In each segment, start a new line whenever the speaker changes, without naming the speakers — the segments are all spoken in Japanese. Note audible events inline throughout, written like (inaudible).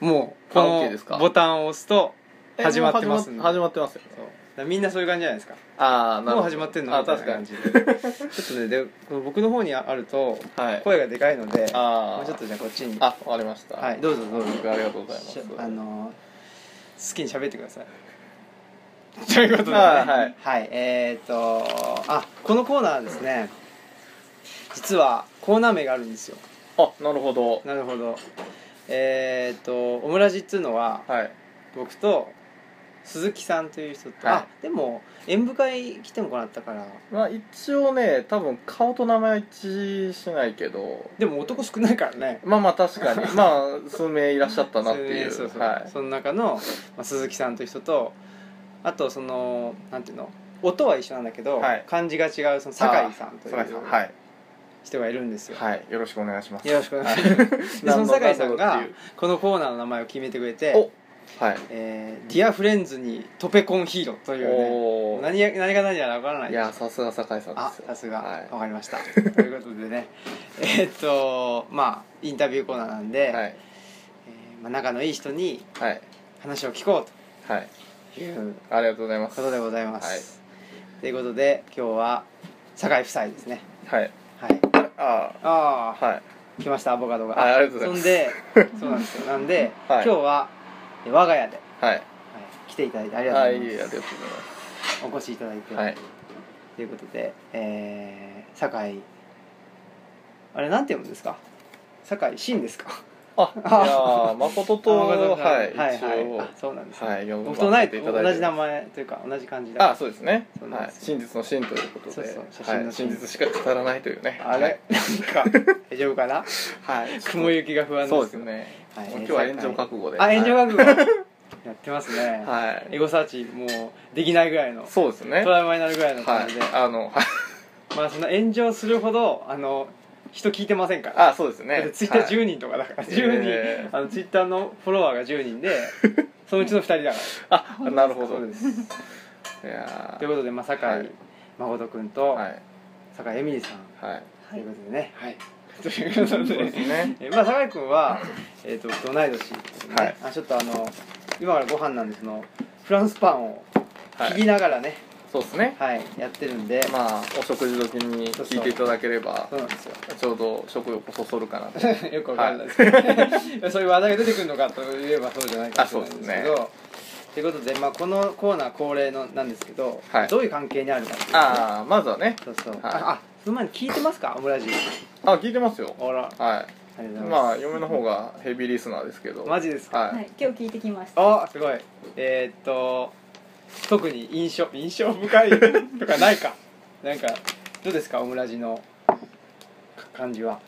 もうこ
あ OK ですか
のボタンを押すと
え
始まってますん
も
で
う始まってますよ
そうだからみんなそういう感じじゃないですか
ああなる
もう
ほど
始まってんの
あ
みたいな
確か
感
に
じで (laughs) ちょっとねでこの僕の方にあると
はい
声がでかいので
あ
も
あ
うちょっとじゃあこっちに
あわかりました
はいどうぞどうぞ
僕ありがとうございます
しあのー好きに喋ってくださいということで、ね
はいはい
えー、っとあこのコーナーはですね実はコーナー名があるんですよ
あなるほど
なるほどえー、っとオムラジっていうのは
はい
僕と鈴木さんという人と、
はい
あでも演舞会来てもらったから
まあ一応ね多分顔と名前は一致しないけど
でも男少ないからね
まあまあ確かに
(laughs)
まあ数名いらっしゃったなっていう
そうそう、
はい
その中の、まあ、鈴木さんという人とあとそのなんていうの音は一緒なんだけど、
はい
漢字が違うその酒井さんとい
酒井さ
うん
はい
人がいるんですよ、
はいよろしくお願いします
よろしくお願いします (laughs) でその酒井さんがこのコーナーの名前を決めてくれて
おはい
「えー、ディアフレンズにトペコンヒーロー」というね
おー
何や何が何やら分からない
いやさすが酒井さん
あ
ですよ
さすが、
は
わかりま
(laughs)
したということでねえーっとまあインタビューコーナーなんで、
いはい
えーまあ、仲のいい人に
はい
話を聞こ
はい、
うという
ありがとうございま
こ
す
とでございます、ということで今日は酒井夫妻ですね
はい
はい
あ
あ
あはい
あ来ましたアボカドが
はいありがとうござい
そんでそうなんですよなんで、
(laughs) はい
今日はえ我が家で、は
はい
い、来ていただいてありが
は
と
いうあ
ご
り
ざい
が
ま
と
す、
うございま
お越しいただいて、
すはい
ということで、えー、酒井あれなんて読むんですか酒井真ですか
あいやー誠と
あ誠さん
はい
はい
一
(laughs) はい
応
あそうなんですね、
はい
僕とない
ていただいて
同じ名前というか同じ感じだ
あそうですね
そうなん
は
で
い
す
真実の真ということ
そう
で
そう写
は
真の
い
真
真実しか語らないというね
あれ、なんか大丈夫か
(laughs)
な
はい
雲行きが不安
そう
でけ
ですす
ど
ね
はい
もう今日は炎上覚悟で
あ炎上
覚
学部やってますね、
悟はい
エゴサーチもうできないぐらいの
そうですね
ト
は
ラウマになるぐらいの感じで、
いあのはい
まあその炎上するほどあの人聞いてませんから
あそうで
(laughs)
す
だって
ね
ツイッター
はい
10人とかだから、10人、
えー
あのツイッターのフォロワーが10人
(laughs)
でそのうちの2人だか
あな
ら
るほど
そうです
いや
ということで、まあ、酒井、
はい
誠君と、
ーはい
酒井エミリさん
はい
ということでね
(laughs)
はいということ
そう
で
です
(laughs)
ね
えまあ酒井君
(laughs)
は、えー、と同い年ですね、
はい
あちょっとあの今からご飯なんでそのフランスパンを
は
切り
い
ながらね、
そうですね
はいやってるんで、
まあお食事時に聞いていただければ
そうなんですよ (laughs)
ちょうど食欲をそそるかなと
よくわかんないですけど、 (laughs) そういう話題が出てくるのかといえばそうじゃないかもしれないんですけ
あ
どということで、まあ、このコーナー恒例のなんですけど、
はい
どういう関係に (laughs) あるかっていうね
ああまずはね
そうそう、
はい
ああその前に聞いてますかオムラジ
あ聞いてますよ
あら
は
あり
い
がとうござい
まあ嫁の方がヘビーリスナーですけど
ますマジですか、
は
はいい、今日聞いてきました。
あすごいえー、っと特に印象印象
(laughs)
深いとかないかなんかどうですかオムラジのか感じは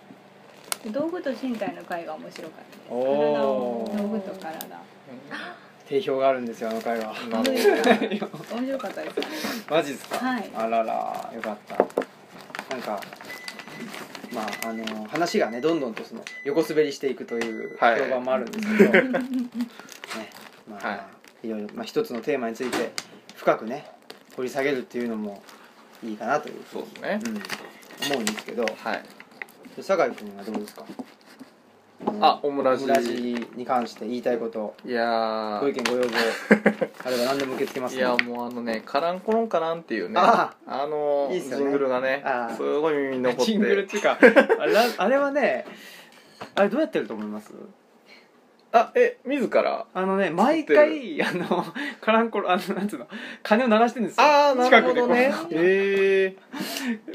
道具と身体の会が面白かったです。体
お
を
ー
道具と体。
定評があるんですよあの回は
なる
面白かったです。
マジですか、
はい
あららよかったなんかまああの話がねどんどんとその横滑りしていくという
はい
評判もあるんですけ
(laughs)
ど、ねまあ、、
はい
ろいろ、まあ、一つのテーマについて深くね掘り下げるっていうのもいいかなというふ
そうう
に
ですね
うん、思うんですけど
はい
酒井君はどうですか
あオムラジ
オムラジに関して言いたいこと
いやー
ご意見ご要望あれば何でも受け付けます
い
ので
やもうあのね「カランコロンカラン」っていうね
あ
あの
いいっすよね
ジングルがね
あー
すごい耳に残って
ジングルっていうか (laughs) あれあれはねあれどうやってると思います
あえ自ら
あのね毎回あのカランコロあのなんつうの鐘を鳴らしてるんですよ
ああなるほどね
近くでこ
え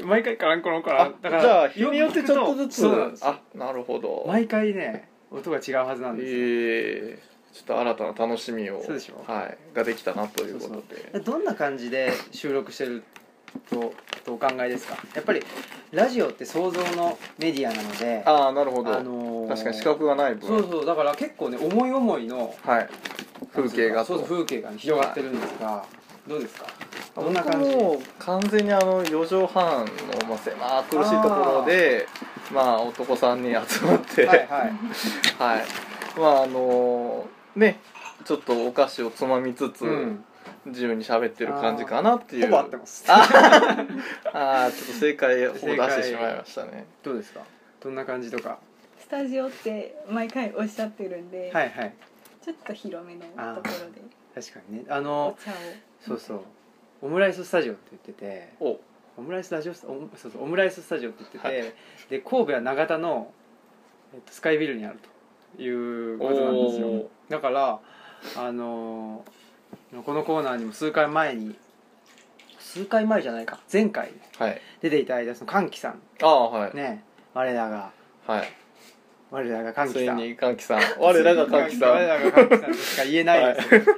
え
う毎回カランコロンカラ
あ
ン
じ
だから
ゃあ日によって
く
ち
と
ょっとずつ
そうなんです
あなるほど
毎回ね音が違うはずなんですよ、
ええちょっと新たな楽しみを
そうでしょ
はいができたなというこ
そ
と
う
で
どんな感じで収録してるととお考えですかやっぱりラジオって想像のメディアなので
ああなるほど、
のー
確かに視覚がない分
そうそうだから結構ね思い思いの
はい風景が
そうそう風景がね広がってるんですがどうですかどんな感じ
僕もう完全にあの4畳半のまあ狭苦しいところでまあ男3人集まって
は
はい
(laughs)
い、
はい
まああのーねちょっとお菓子をつまみつつ、
うん
自由に喋ってる感じかなっていう
ほぼ合ってます (laughs)
ああちょっと正解を出してしまいましたね
どうですかどんな感じとか
スタジオって毎回おっしゃってるんで、
はいはい
ちょっと広めのところで
確かにねあ
お
の
茶を
そうそうオムライススタジオって言ってて
お
オムライスラジオスオムそうそうオムライススタジオって言ってて、
はい
で神戸は長田の、えっと、スカイビルにあるということなんです
お
よ
ー
だからあのーこのコーナーにも数回前に数回前じゃないか前回
はい
出ていただいたその歓喜さ
ああはい、
んね我らが
はい
我らが歓
つ
喜
い
さん
に歓
(laughs)
喜さん我らが歓喜さ
我
ん
らが歓喜さんとしか言えないですけど、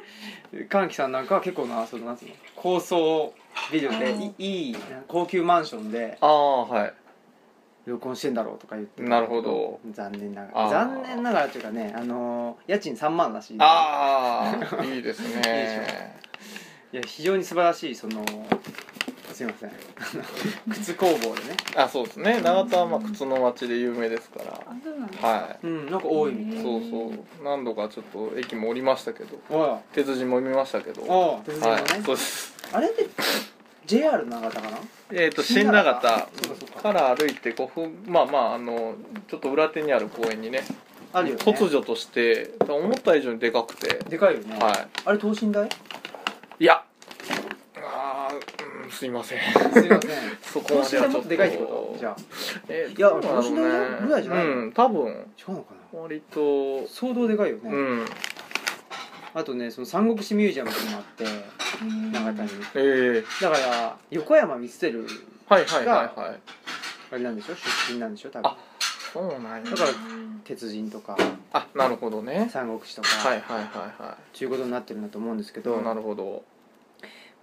歓喜さんなんかは結構なそのなんつうの高層ビルでいいい高級マンションで
ああはい
録音してんだろうとか言ってた
なるほど
残念なが
あ
ら
ー
残念ながらというかねあのー家賃3万らしい
ああいいです
で
ね
いや非常に素晴らしいそのすいません (laughs) あの靴工房でね
あそうですね長田はまあ靴の町で有名ですから
あそうなんですか
は
うんなんか多いみ
い
たい
そうそう何度かちょっと駅も降りましたけど
おい
鉄人も見ましたけどは
おう鉄人のね、
いそうです
あれって JR の長田かな
えっ、と新長田
そうかそうか
から歩いて5分まあまああのちょっと裏手にある公園にね
あるよね
突如として思った以上にでかくて
でかいよね、
は
あれ等身大
いいやあーうんすいません
(laughs) すいません
そこ
等
ま
身
で
大もっ
はちょ
と
っと
でかいってことじゃあ
えー
いや
どうだろう
等身大ぐらいじゃない
うん多分
違うのかな
割と
相当でかいよね、
うん
あとねその三国志ミュージアムっていうのもあって長田に
えー、
だから横山光輝
はいはいはいはい
あれなんでしょ出身なんでしょ多分
あそうなんや
だから鉄人とか
あなるほどね
三国志とか、
はいはいはいはい
ちゅうことになってるんだと思うんですけど、
どうなるほど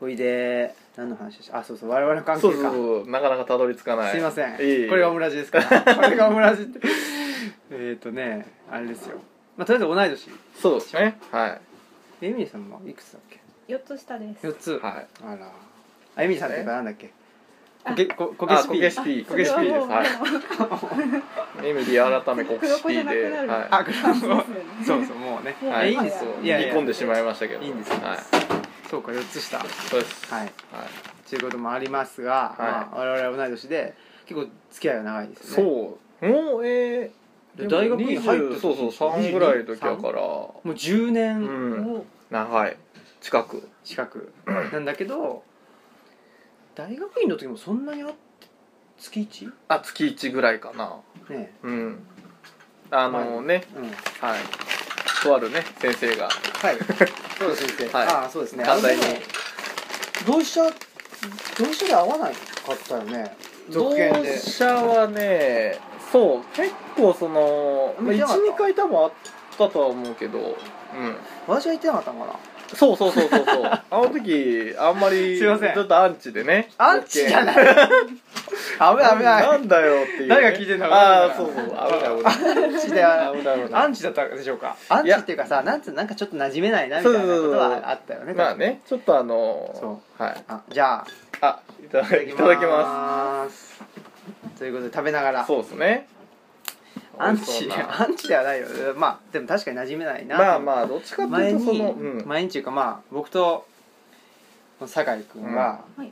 ほいで何の話でしたあそうそう我々の関係か
そうそうそうなかなかたどり着かない
すいません、
ええ
これがオムラジですから (laughs) これがオムラジってえっとねあれですよ、まあ、とりあえず同い年
そうですねはい
エミリーさんもいくつだっけ
四つ下です
4つ、
はい
あらあエミリーさんっていうかなんだっけ
あ
こけここけ
あ
し
こ
ピ
け
ー
しピー
それはもう
こけしピーです
もう
エミリー改め国
黒
士
子じゃなく
で
なる
はい
あグラン
そう
ボ
ですよ
そ
ね
うそうもうね、
もう
は
え
い、
いいんですよ
そう
いやいや
煮込んでしまいましたけど
いいんですいいん
はい
で、すそうか4つ下は
そうです
い
はい
ということもありますが、まあ、我々は同い年で結構付き合いが長いですよね
そうもうえー、
で大学に入った時
そうそう3ぐらいの時だから
もう10
う
年
ん
も
長い近く
近くなんだけど大学院の時もそんなにあって月 1? ね
あ月1ぐらいかな
え
うんあのね、
うんはい
はいとあるね先生が
(laughs) そうです先生、
はい
ああそうですね
寛大に
あのでも同志社同志社で会わないかったよね続編で
同社はねそう結構その、まあ、
見てなかった
12回多分あったとは思うけどうん
私は行ってなかったのかな
そうそうそうそ
(laughs)
うそうあの時あんまり
すいません
ちょっとアンチでね
アンチじゃない危ない危ない
なんだよっていうね、
誰が聞いてんだろう
ああそうそう危ない危ない
アンチでは
危ない危ない
アンチだったでしょうかアンチっていうかさなんつうなんかちょっと馴染めないなみたいなことはあったよね
まあねちょっとあの
そ
はい
あじゃあ
あいただ
いただ
き
き
い
ま
ただきます
すということで食べながら
そうですね
アン
美味しそう
チ
な
アンチではないよまあでも確かに馴染めないな
まあまあどっちかってい
前
うとそ
に、
の、うん、
前にっていうかまあ僕と酒井君が、
うんはい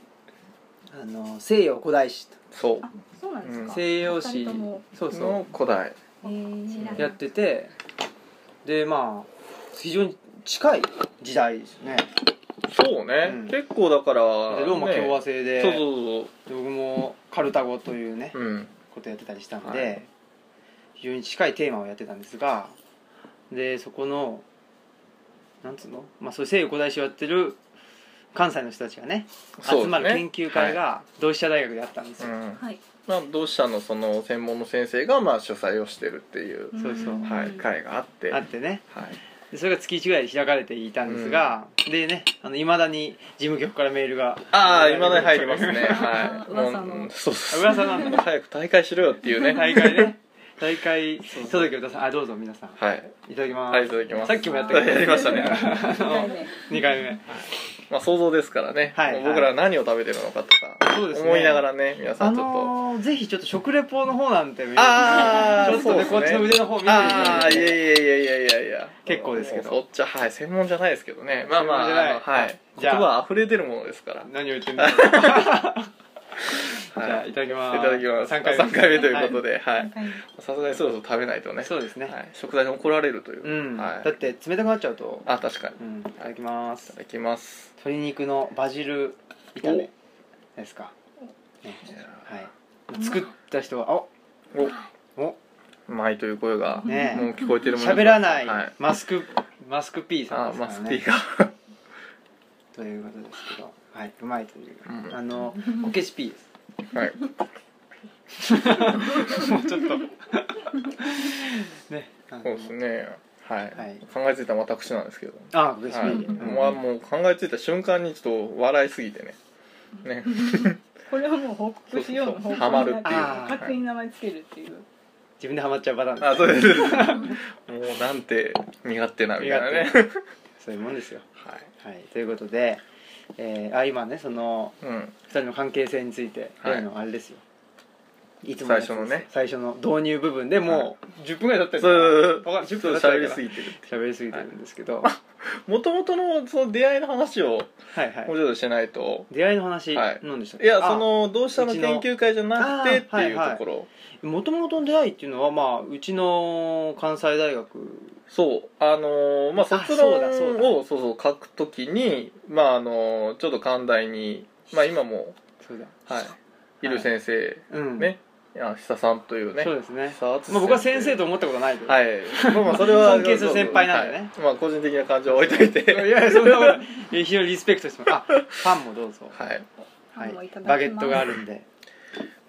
あの西洋古代史と
そう
あそうなんです
うん
か
西洋史
二人とも
そう
う
そう、
の古代
えー
やっててでまあ非常に近い時代ですね
そうね、
うん
結構だから
でローマ共和
制
制で,、
で、そうそう
僕もカルタゴというね、
そううん
ことやってたりしたんで、
はい
非常に近いテーマをやってたんですがでそこのなんつうの、まあ、そういう西洋古代史をやってる関西の人たちがね
そうですね
集まる研究会が同志社大学であったんです
う
よ、
ん
はい
まあ同志社のその専門の先生がまあ主催をしてるっていう、
そうそうん
はい会があって
あってね
はい
でそれが月1ぐらいで開かれていたんですが、でねいまだに事務局からメールが
ああ今だに入ります
(laughs)
ねは
あ
い
ー噂の
もううんそうそう
噂なんだ
早く大会しろよっていう
(laughs)
ね
大会ね大会届けを出さあどうぞ皆さん
はい
いただきます、
はいいただきます
さっきもやったけど
やりましたね
あ
二回
の (laughs) 2回
(laughs)
目
目
まあ想像ですからね、
はい
もう僕らは何を食べてるのかとか
そうですね
思いながらね皆さ
あ
んちょっと、
のー、ぜひちょっと食レポの方なんて見
あー
ちょっとね
そ
こ
う
っ
で
ち
すね
の腕の方見てみ
ああいや
て
いやいやいやいやいや
結構ですけど
そっちははい専門じゃないですけどねまあまあ
専門じゃない
あのはい
(laughs) じゃあ
言葉あふれ出るものですから
何を言ってんだじゃあいただきます
いただきます
3
3
回
回
目
目ということではいさすがにそろそろ食べないとね
そうですね、
はい、食材に怒られるという、
うん、
はい
だって冷たくなっちゃうと
あ確かにい
うんいただきます
ただきます
鶏肉のバジル炒めですかねはい作った人はおお
うまいという声が、
ね
もう聞こえてるもんです
喋らない、
はい、
マスクマスク P さん
あ
ですか
マ
ら
ステ
ね
ィが (laughs)
ということですけどはいうまいという、
うん
あのこけし P です
はい
もうちょっとねあの
そうですねはい、
はい
考えついたのは私なんですけど
あこけし P、
はい、
うん
もうもう考えついた瞬間にちょっと笑いすぎてねね
これはもう報告しようの
そう
報
そうそう
告
ハマるっていう
あー
勝手に名前つけるっていう
自分でハマっちゃうパターンです、ね、
あそうですもうなんて身勝手なみたいなね
身そういうもんですよ
はい
はいということで、えー、あ今ねその
うん
二人の関係性について、
はい
例のあれですよいつもやつです
最初のね
最初の導入部分でもう10分ぐらい経ってる
そう
わかんない
ちょ
10分経っ
っと
て
喋
る
り
から
すぎてる
喋りすぎてるんですけど、
もともとのその出会いの話を
はいは
もう
い
ちょっとしないと、
出会いの話、
はい
何でしたっ
い、
け
やそのどうしたの
うち
研
の
究会じゃなくてって
あー
いう
はいは
と
い
ころ、
もともとの出会いっていうのはまあうちの関西大学
そうあのーまあ
そ
卒論
うだそうだ
をそうそう書くときにまああのーちょっと寛大にまあ今も
そうだ
はいいる先生、
うん
ねあ久さんというね
そうですね、
久篤
まあ、僕は先生と思ったことないけど、、
はいいまあまあそれは
(laughs) 尊敬する先輩なんでね
はいまあ個人的な感情は置いといて
や (laughs) いやそんなことない (laughs) 非常にリスペクトしてますあパンもどうぞ
はい
はい
ハムをいただきます
バゲットがあるんで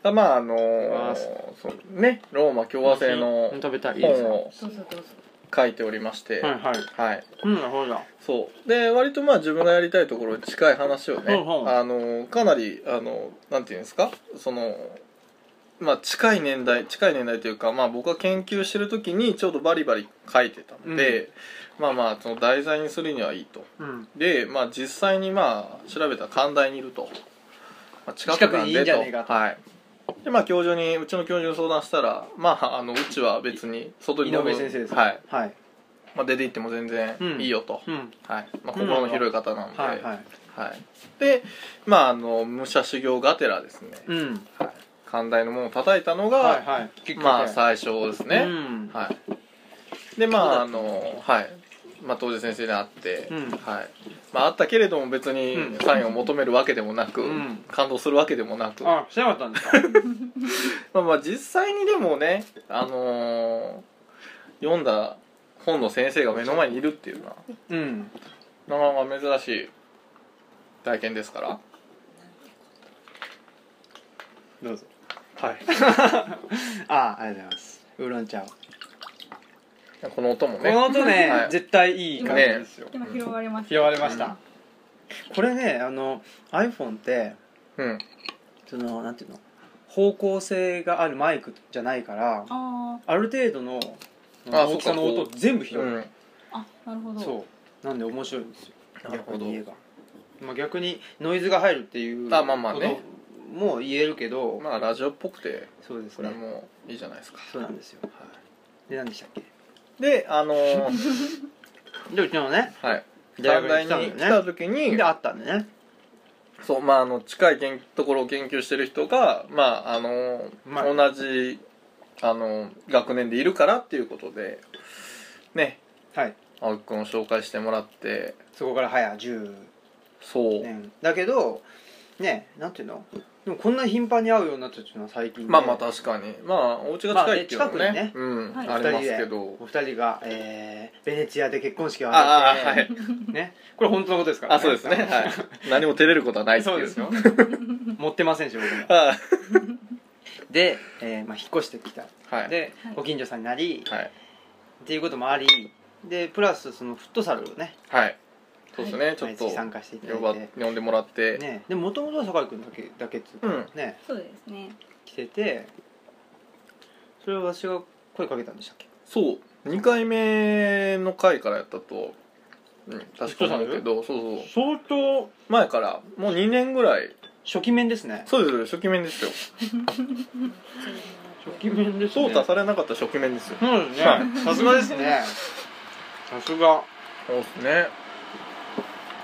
あまああの
わあ
ーそうねローマ共和制の
食べたいいです
本
よ
を
そうそうどうぞ
書いておりまして
はいはい
はい
うんそうだ
そうで割とまあ自分がやりたいところに近い話をね、
うんうん
あのかなりあのなんていうんですかそのまあ近い年代近い年代というか、まあ、僕が研究してる時にちょうどバリバリ書いてたので、まあまあその題材にするにはいいと
うん
で、まあ、実際にまあ調べたら寛大にいると、まあ、近くな
近く
んでと
にいいんじゃねえかと
はいでまあ教授にうちの教授に相談したらまああのうちは別に外に
井上先生です
はい
はい
まあ、出て行っても全然いいよと、
うん
はいまあ、心の広い方なので、
はいはい
はい、でまああの武者修行がてらですね、
うん
はい、寛大の門を叩いたのが、
はいはいきっかけ
まあ最初ですね、
うん
はい、でまああのはい、まあ、当時先生に会って、
うん
はいまあ、会ったけれども別に
うん
サインを求めるわけでもなく、
うん
感動するわけでもなく、
あ
ま
してなかったんですか
あ、まあ実際にでもね、あのー読んだ本の先生が目の前にいるっていうのは
うん
なかなか珍しい体験ですから。
どうぞ
はい
(laughs) あありがとうございますウーロン茶をこ
この音もね
の音ね
はい
絶対いい感じですよ
今拾われました
拾われましたこれねあの iPhone って
うん
そのなんていうの方向性があるマイクじゃないから
あ
ある程度の
あ
大きさの
そ
音
っかこう
全部拾
う
うん
ああなるほど
そうなんで面白いんですよ
なるほど
逆に言えば、まあ、逆にノイズが入るっていう
あまあまあね
ことも言えるけど、
まあラジオっぽくて
そうです
これは
ね
もういいじゃないですか、
そうなんですよ
は
で何でしたっけ
い、であのー
でうちのね
(laughs) はい
大学
短大
に来たんだよね
に来た時に
であったんでね
そうまああの近い研ところを研究してる人がまああのー
まあ
同じあのー学年でいるからっていうことでね
はい
青木君を紹介してもらって
そこから早10
そう、
年だけどねなんていうのでもこんなに頻繁に会うようになったっていうのは最近で
まあまあ確かにまあお家が近いっていうのもね,、
まあね近
うん、
はい
あります
で
けど
お二人が、えー、ベネチアで結婚式を挙
あ
げ
あ
て、
はい
ね、これ本当のことですから、
あそうですね、はい、 (laughs) 何も照れることはないっていう
そうですよ
(laughs)
持ってませんし僕も
あ
で、えーまあ、引っ越してきた
あはい
で、
はい
ご近所さんになり、
はい
っていうこともありでプラスそのフットサルをね
はいそうですね、ちょっ
毎
と
月参加していた
呼
だ
ば
いて
呼んでもらって、
ねでもともとは酒井君だけだけっていう
う
か
ん
ね
(laughs) そうですね
来ててそれを私が声かけたんでしたっけ
そう2回目の回からやったと、うん、確かなんだけどそうそう
相当
前からもう2年ぐらい
初期面ですね
そうですよ初期面ですよ
初期面で
淘汰されなかった初期面ですよ
そうですね
は
さすがですねさすが
そうですね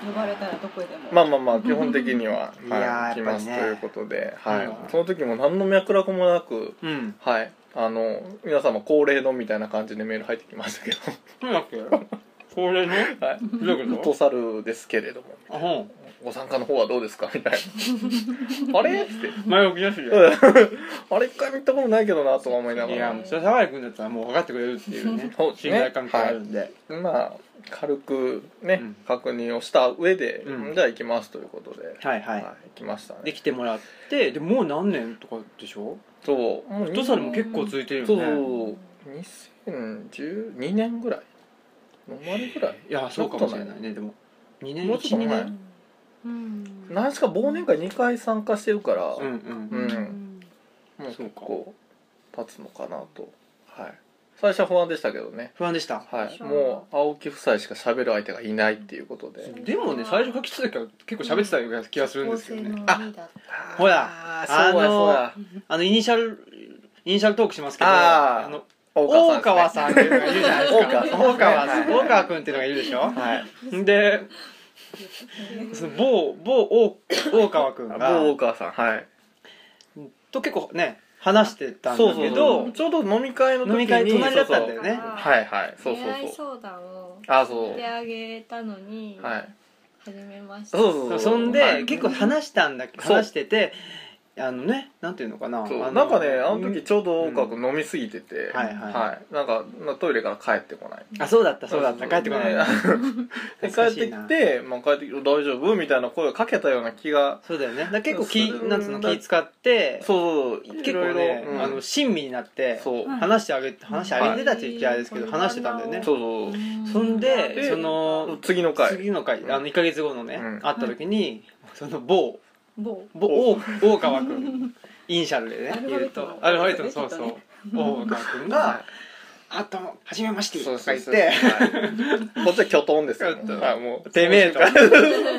呼ばれたらどこへでも、
まあまあまあ基本的には、
いやー
はい、来ますと
やっぱり
い
ね
うことで、はい
うん
その時も何の脈絡もなく、
うん
はい、あの皆様恒例のみたいな感じでメール入ってきましたけど、
な
(laughs)
んだっけこれの
はい、
どういうこ
とさるですけれども
とあほん
ご参加の方はどうですかみたい
(laughs)
なあれって
前置きなしで
うん (laughs) あれ一回も行ったことないけどなとか思いなが
いや
ら
もうそれ沢井君だったらもう分かってくれるっていうね
(laughs) そうです
信
ね
頼関係あるんで
まあ軽くね、
うん
確認をした上で、
うん
じゃあ行きますということで、
はいはい
行きました
で
ね
来てもらってでもう何年とかでしょ
そうもう
太さでも結構続いてるよ
そう
ね
2012年ぐらいの終わりぐらい
いやそうかもしれないねでも2年
もうちょっと
1-2
前
年
うん
何しか忘年会2回参加してるから、
うんうん
うんもう結構経つのかなとはい最初は不安でしたけどね
不安でした
はいもう青木夫妻しか喋る相手がいないっていうことで
でもね最初書きつけた時から結構喋ってたような気がするんですけどねあ
あ
ほら
あ
あ
ーそうや
の
そうや
あのイニシャルイニシャルトークしますけど
あー
あの大
大
川
川
さ
さ
ん
ん
っ
で
てい
す
うの
ね
がいるじゃないですか
大川さん
(laughs) 大川
はいはい
大川君っていうのがいるでしょ
はい
でその某某大大川君が
某大川さんはい
と結構ね話してたん
そう
だ
そ
け
うそ
ど
うちょうど飲み会の時に
飲み会隣だったんだよ
そう
ね
そうはいはいそうそう
恋愛
そう
相談を
あそう
してあげたのに
はい
始めました
そうそう
そん
は
で
い
結構話したんだけど
そう
話しててあのねなんていうのかなあ
そう
の
なんかねあの時ちょうど大川君飲みすぎてて、
んはいはい
なんかまあトイレから帰ってこない
あそうだったそうだった帰ってこ
(laughs)
ない
ねで帰
懐か
っ
しい
て
な
きて、まあ、帰ってきて「大丈夫?」みたいな声をかけたような気が
そうだよねだから結構気
そう
なんつうの気使って
そうそう
結構ね
うん
あの親身になって
そう
うん
話してあげて話してあげてたって言っちゃあれですけど
はい
話してたんだよね
そうそう
そんで
で
そ
そう
の
次の回
次の回
うん
あの1か月後のね
うん
会った時にその某
某
某大大川君イニシャルでね
アルフ
言
ァベ
う
ット
と
の
アルファベットのそう
ちょ
そ
っと
う
ね
大
(laughs)
川君
は
が「あどうもはじめまし
い
て」とか
そう
言っ
そうそう
て
はいこっちはキョトンですよ
キョトン
はいもう
てめえと
あ (laughs)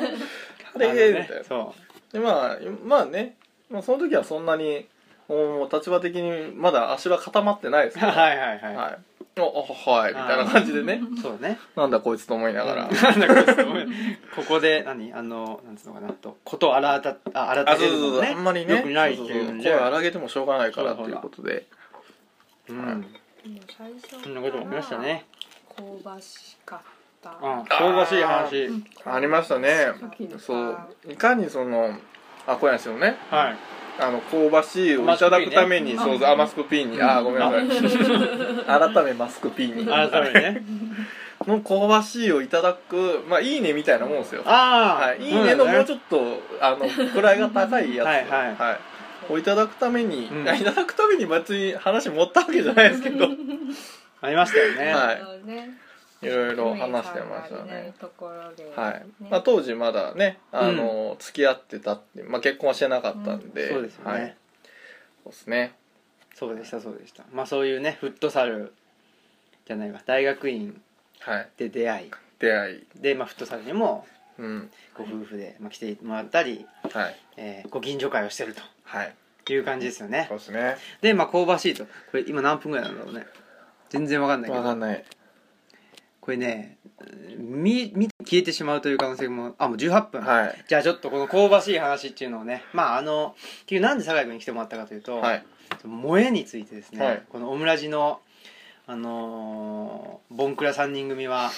あの
れみたい
ね
な
そ
でまあまあね、まあ、その時はそんなにもう立場的にまだ足は固まってないです
う (laughs)
けど
はいはいはい、
はいおおはいみたいな感じでね
そうね
なんだこいつと思いながら
なんだこいつごめんここで何あのなんつうのかなとことを改たあ
あ
改
そ
め
うそ
る
う
の
そう
もね
あんまりね
よくないってい
そううんそ
で
う声荒げてもしょうがないから
そ
と
う
い
だ
うことで
うん
最初
そんなこともありましたね
香ばしかった
うん香ばしい話
ありましたね
うん
そういかにそのあこれなんですよね
はい
あの香ばしいをいただくために
マスクピーね
そうそうあマスクピーにあごめんなさい改めマスクピーに
改めてね
の香ばしいをいただくまあいいねみたいなもんですよ
ああ、
はい、いいねのもうち
ょっ
ょっと、あの位が高いやつ
はいはい
をいただくために、
うん
いやいただくために別に話持ったわけじゃないです
(laughs)
けど
とありましたよね、
はい
そうね
いろいろ話してま
姫
し
さ
た
んがいない
ね
ところで
はい
ね
まあ、当時まだねあの、付き合ってたって、まあ、結婚はしてなかったんで、
そうですよね、
はい、そうですね
そうでしたそうでしたまあそういうねフットサルじゃないわ大学院
はい
で出会い
出会い
で、まあ、フットサルにも
うん
ご夫婦で、まあ、来てもらったり、
はい
えー、ご近所会をしてると
はい
いう感じですよね
そうですね
でまあ香ばしいとこれ今何分ぐらいなんだろうね全然わかんないけ
分か
ど
んない
これね見見て消えてしまうという可能性もあもう18分、
はい
じゃあちょっとこの香ばしい話っていうのをねまああの結局なんで酒井君に来てもらったかというと、
はい
萌えについてですね、
はい
このオムラジのあのーボンクラ3人組は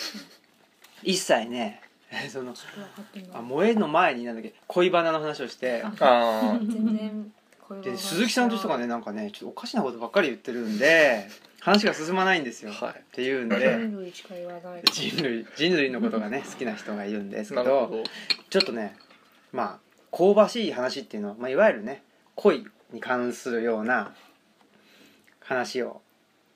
(laughs) 一切ね (laughs) その
ちょっとわかってない
あ萌えの前になんだっけ恋バナの話をして
あ
全然こういう
で
お話
鈴木さんとしとかねなんかねちょっとおかしなことばっかり言ってるんで話が進まないん (laughs) ですよ、
はい
っていうんで
人類しか言わない
人類人類のことがね好きな人がいるんですけ
ーな
ど
るほ
ちょっとねまあ香ばしい話っていうのは、まあ、いわゆるね恋に関するような話を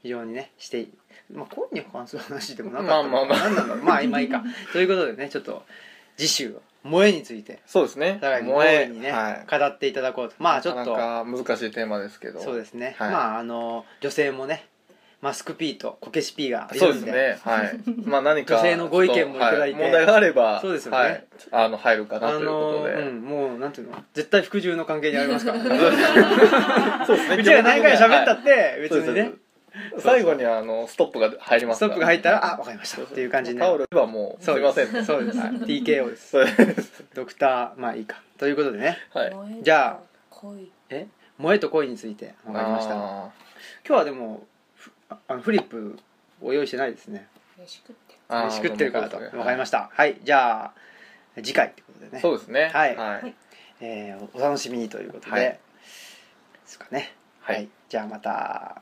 非常にねして、まあ、恋に関する話でもなかった
まあまあまあ
何なんだろうまあ今
(laughs)
いいかということでねちょっと次週は萌えについて
そうですね
互いに
萌
萌え
え
にね、
はい、
語っていただこうとまあちょっと
なかなか難しいテーマですけど
そうですね、
はい
まああの女性もねマスク P とこけし P がい
そう
るん
です
で
ね。はい。
(laughs)
まあ何か
女性のご意見もいただいて
は問題があれば
そうですよね
はい、あの入るかな
あ
という
の
ことで。
うん、 (laughs) もうなんていうの絶対服従の関係にありますから、ね、
(laughs) そうですね
うちら何回喋ったって別に
そうで
ね
すそうです最後にはあのストップが入ります
ストップが入
っ
ったらあわかりましたっていう感じにな
タオ
る
ルはもうす
そう
いません
ですそうです TKO です
そうです
ドクターまあいいかということでね
(laughs) はい
燃え
じゃあ
た恋
え萌えと恋についてわかりました今
あ
日はでもふああのフリップを用意してないですね
飯食って
ーあー
飯食ってるからと
そう
わ
ですね
かりましたはいじゃあ次回ってことでね
そうですね
はい
はい
えーおお楽しみにということで、
はい
ですかね
はい
じゃあまた